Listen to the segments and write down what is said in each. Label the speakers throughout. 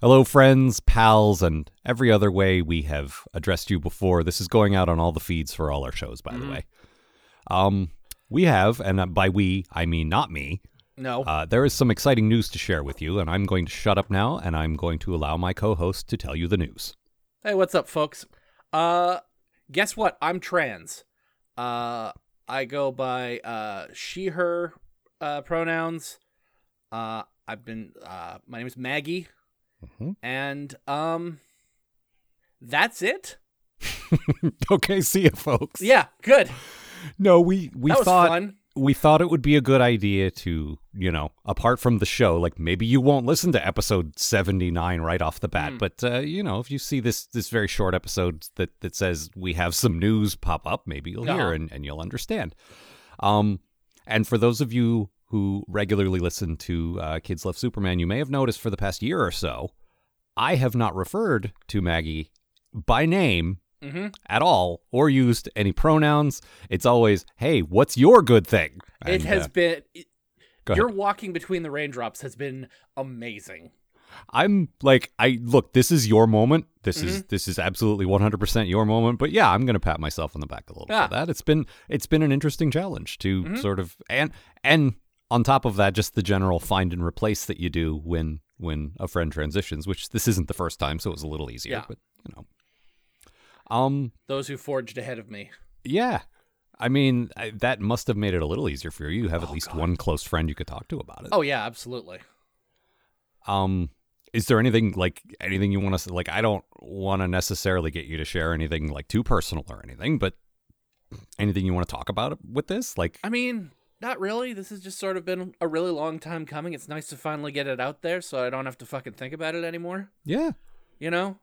Speaker 1: Hello, friends, pals, and every other way we have addressed you before. This is going out on all the feeds for all our shows, by
Speaker 2: Mm-hmm.
Speaker 1: the way. Um, we have, and by we, I mean not me,
Speaker 2: No.
Speaker 1: uh, there is some exciting news to share with you, and I'm going to shut up now and I'm going to allow my co host to tell you the news.
Speaker 2: hey, what's up, folks? Uh, guess what? I'm trans. Uh, I go by uh she/her uh, pronouns. Uh, I've been uh, my name is Maggie,
Speaker 1: Mhm.
Speaker 2: and um, that's it.
Speaker 1: okay, see you, folks.
Speaker 2: Yeah, good.
Speaker 1: No, we, we
Speaker 2: that was
Speaker 1: thought.
Speaker 2: fun.
Speaker 1: we thought it would be a good idea to, you know, apart from the show, like maybe you won't listen to episode 79 right off the bat,
Speaker 2: Mm.
Speaker 1: but uh, you know, if you see this this very short episode that that says we have some news pop up, maybe you'll
Speaker 2: Uh-huh.
Speaker 1: hear and, and you'll understand. Um and for those of you who regularly listen to uh, Kids Love Superman, you may have noticed for the past year or so, I have not referred to Maggie by name
Speaker 2: Mm-hmm.
Speaker 1: at all or used any pronouns. It's always, hey, what's your good thing? And,
Speaker 2: It has
Speaker 1: uh,
Speaker 2: been.
Speaker 1: go
Speaker 2: your walking between the raindrops has been amazing.
Speaker 1: I'm like, I look, this is your moment. This
Speaker 2: Mm-hmm.
Speaker 1: is this is absolutely 100% your moment. But yeah, I'm going to pat myself on the back a little
Speaker 2: Yeah. Mm-hmm.
Speaker 1: for that. It's been it's been an interesting challenge to sort of and and on top of that, just the general find and replace that you do when when a friend transitions, which this isn't the first time, so it was a little easier.
Speaker 2: Yeah.
Speaker 1: But you know, um,
Speaker 2: Those who forged ahead of me.
Speaker 1: Yeah. I mean, I, that must have made it a little easier for you. You have at least one close friend you could talk to about it.
Speaker 2: Oh yeah, absolutely.
Speaker 1: Um, is there anything like anything you want us like? I don't want to necessarily get you to share anything like too personal or anything, but anything you want to talk about with this? Like,
Speaker 2: I mean, not really. This has just sort of been a really long time coming. It's nice to finally get it out there so I don't have to fucking think about it anymore.
Speaker 1: yeah,
Speaker 2: You know?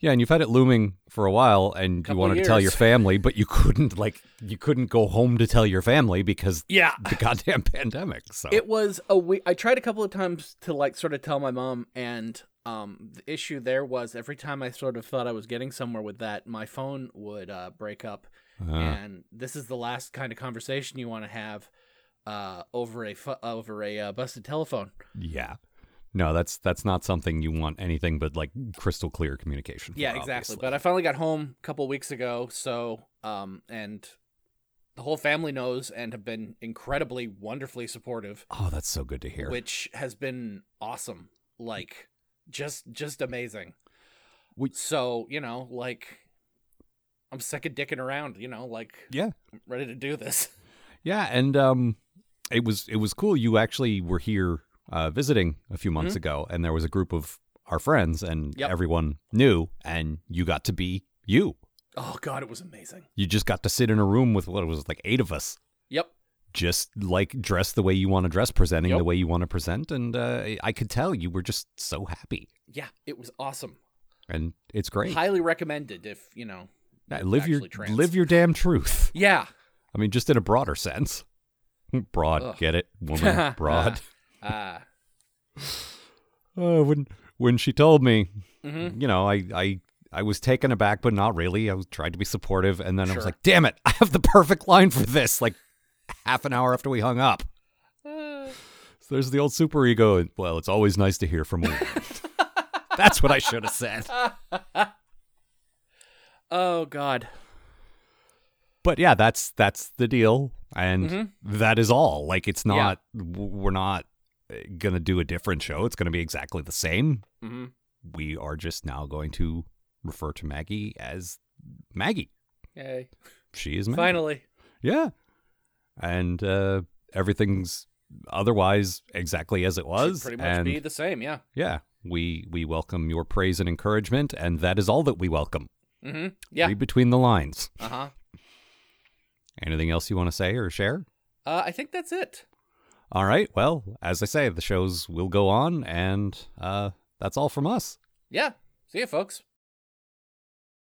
Speaker 1: yeah. And you've had it looming for a while, and you
Speaker 2: Couple
Speaker 1: wanted to tell
Speaker 2: years.
Speaker 1: your family, but you couldn't. Like, you couldn't go home to tell your family because
Speaker 2: Yeah.
Speaker 1: the goddamn pandemic. So
Speaker 2: It was a we- I tried a couple of times to like sort of tell my mom and um the issue there was every time I sort of thought I was getting somewhere with that, my phone would uh break up
Speaker 1: Uh,
Speaker 2: and this is the last kind of conversation you want to have uh over a fu- over a uh, busted telephone.
Speaker 1: yeah. No, that's that's not something you want anything but like crystal clear communication.
Speaker 2: Yeah,
Speaker 1: for,
Speaker 2: exactly.
Speaker 1: obviously.
Speaker 2: But I finally got home a couple weeks ago, so um and the whole family knows and have been incredibly wonderfully supportive,
Speaker 1: oh, that's so good to hear.
Speaker 2: which has been awesome. Like just just amazing.
Speaker 1: We-
Speaker 2: so, you know, like I'm sick of dicking around, you know, like
Speaker 1: Yeah.
Speaker 2: I'm ready to do this.
Speaker 1: Yeah, and um, it was it was cool. You actually were here uh, visiting a few months
Speaker 2: Mhm.
Speaker 1: ago, and there was a group of our friends, and
Speaker 2: Yep.
Speaker 1: everyone knew, and you got to be you.
Speaker 2: Oh god, it was amazing.
Speaker 1: You just got to sit in a room with what it was like eight of us,
Speaker 2: Yep.
Speaker 1: just like dressed the way you want to dress, presenting the
Speaker 2: Yep.
Speaker 1: way you want to present, and uh, I could tell you were just so happy,
Speaker 2: Yeah, it was awesome.
Speaker 1: and it's great.
Speaker 2: Highly recommended if, you know.
Speaker 1: Yeah, live your
Speaker 2: actually trans.
Speaker 1: live your damn truth.
Speaker 2: Yeah.
Speaker 1: I mean, just in a broader sense. Broad,
Speaker 2: Ugh.
Speaker 1: get it, woman. Broad.
Speaker 2: Ah.
Speaker 1: Oh, when when she told me,
Speaker 2: mhm.
Speaker 1: you know, I I I was taken aback, but not really. I was tried to be supportive, and then I was
Speaker 2: Sure.
Speaker 1: like, "Damn it! I have the perfect line for this!" Like half an hour after we hung up. Mm.
Speaker 2: Uh,
Speaker 1: So there's the old superego. and, Well, it's always nice to hear from a woman. That's what I should have said.
Speaker 2: oh god.
Speaker 1: But yeah, that's that's the deal, and
Speaker 2: Mhm.
Speaker 1: that is all. Like it's not. w We're not uh, gonna do a different show. It's gonna be exactly the same.
Speaker 2: Mm-hmm.
Speaker 1: We are just now going to refer to Maggie as Maggie.
Speaker 2: Yay.
Speaker 1: She is Maggie.
Speaker 2: Finally.
Speaker 1: Yeah. And uh, everything's otherwise exactly as it was.
Speaker 2: Should pretty much
Speaker 1: and
Speaker 2: be the same, yeah.
Speaker 1: yeah, we we welcome your praise and encouragement, and that is all that we welcome.
Speaker 2: Mm-hmm. Yeah.
Speaker 1: Read between the lines.
Speaker 2: Uh-huh.
Speaker 1: Anything else you want to say or share?
Speaker 2: Uh I think that's it.
Speaker 1: All right. Well, as I say, the shows will go on, and uh, that's all from us.
Speaker 2: Yeah. See you folks.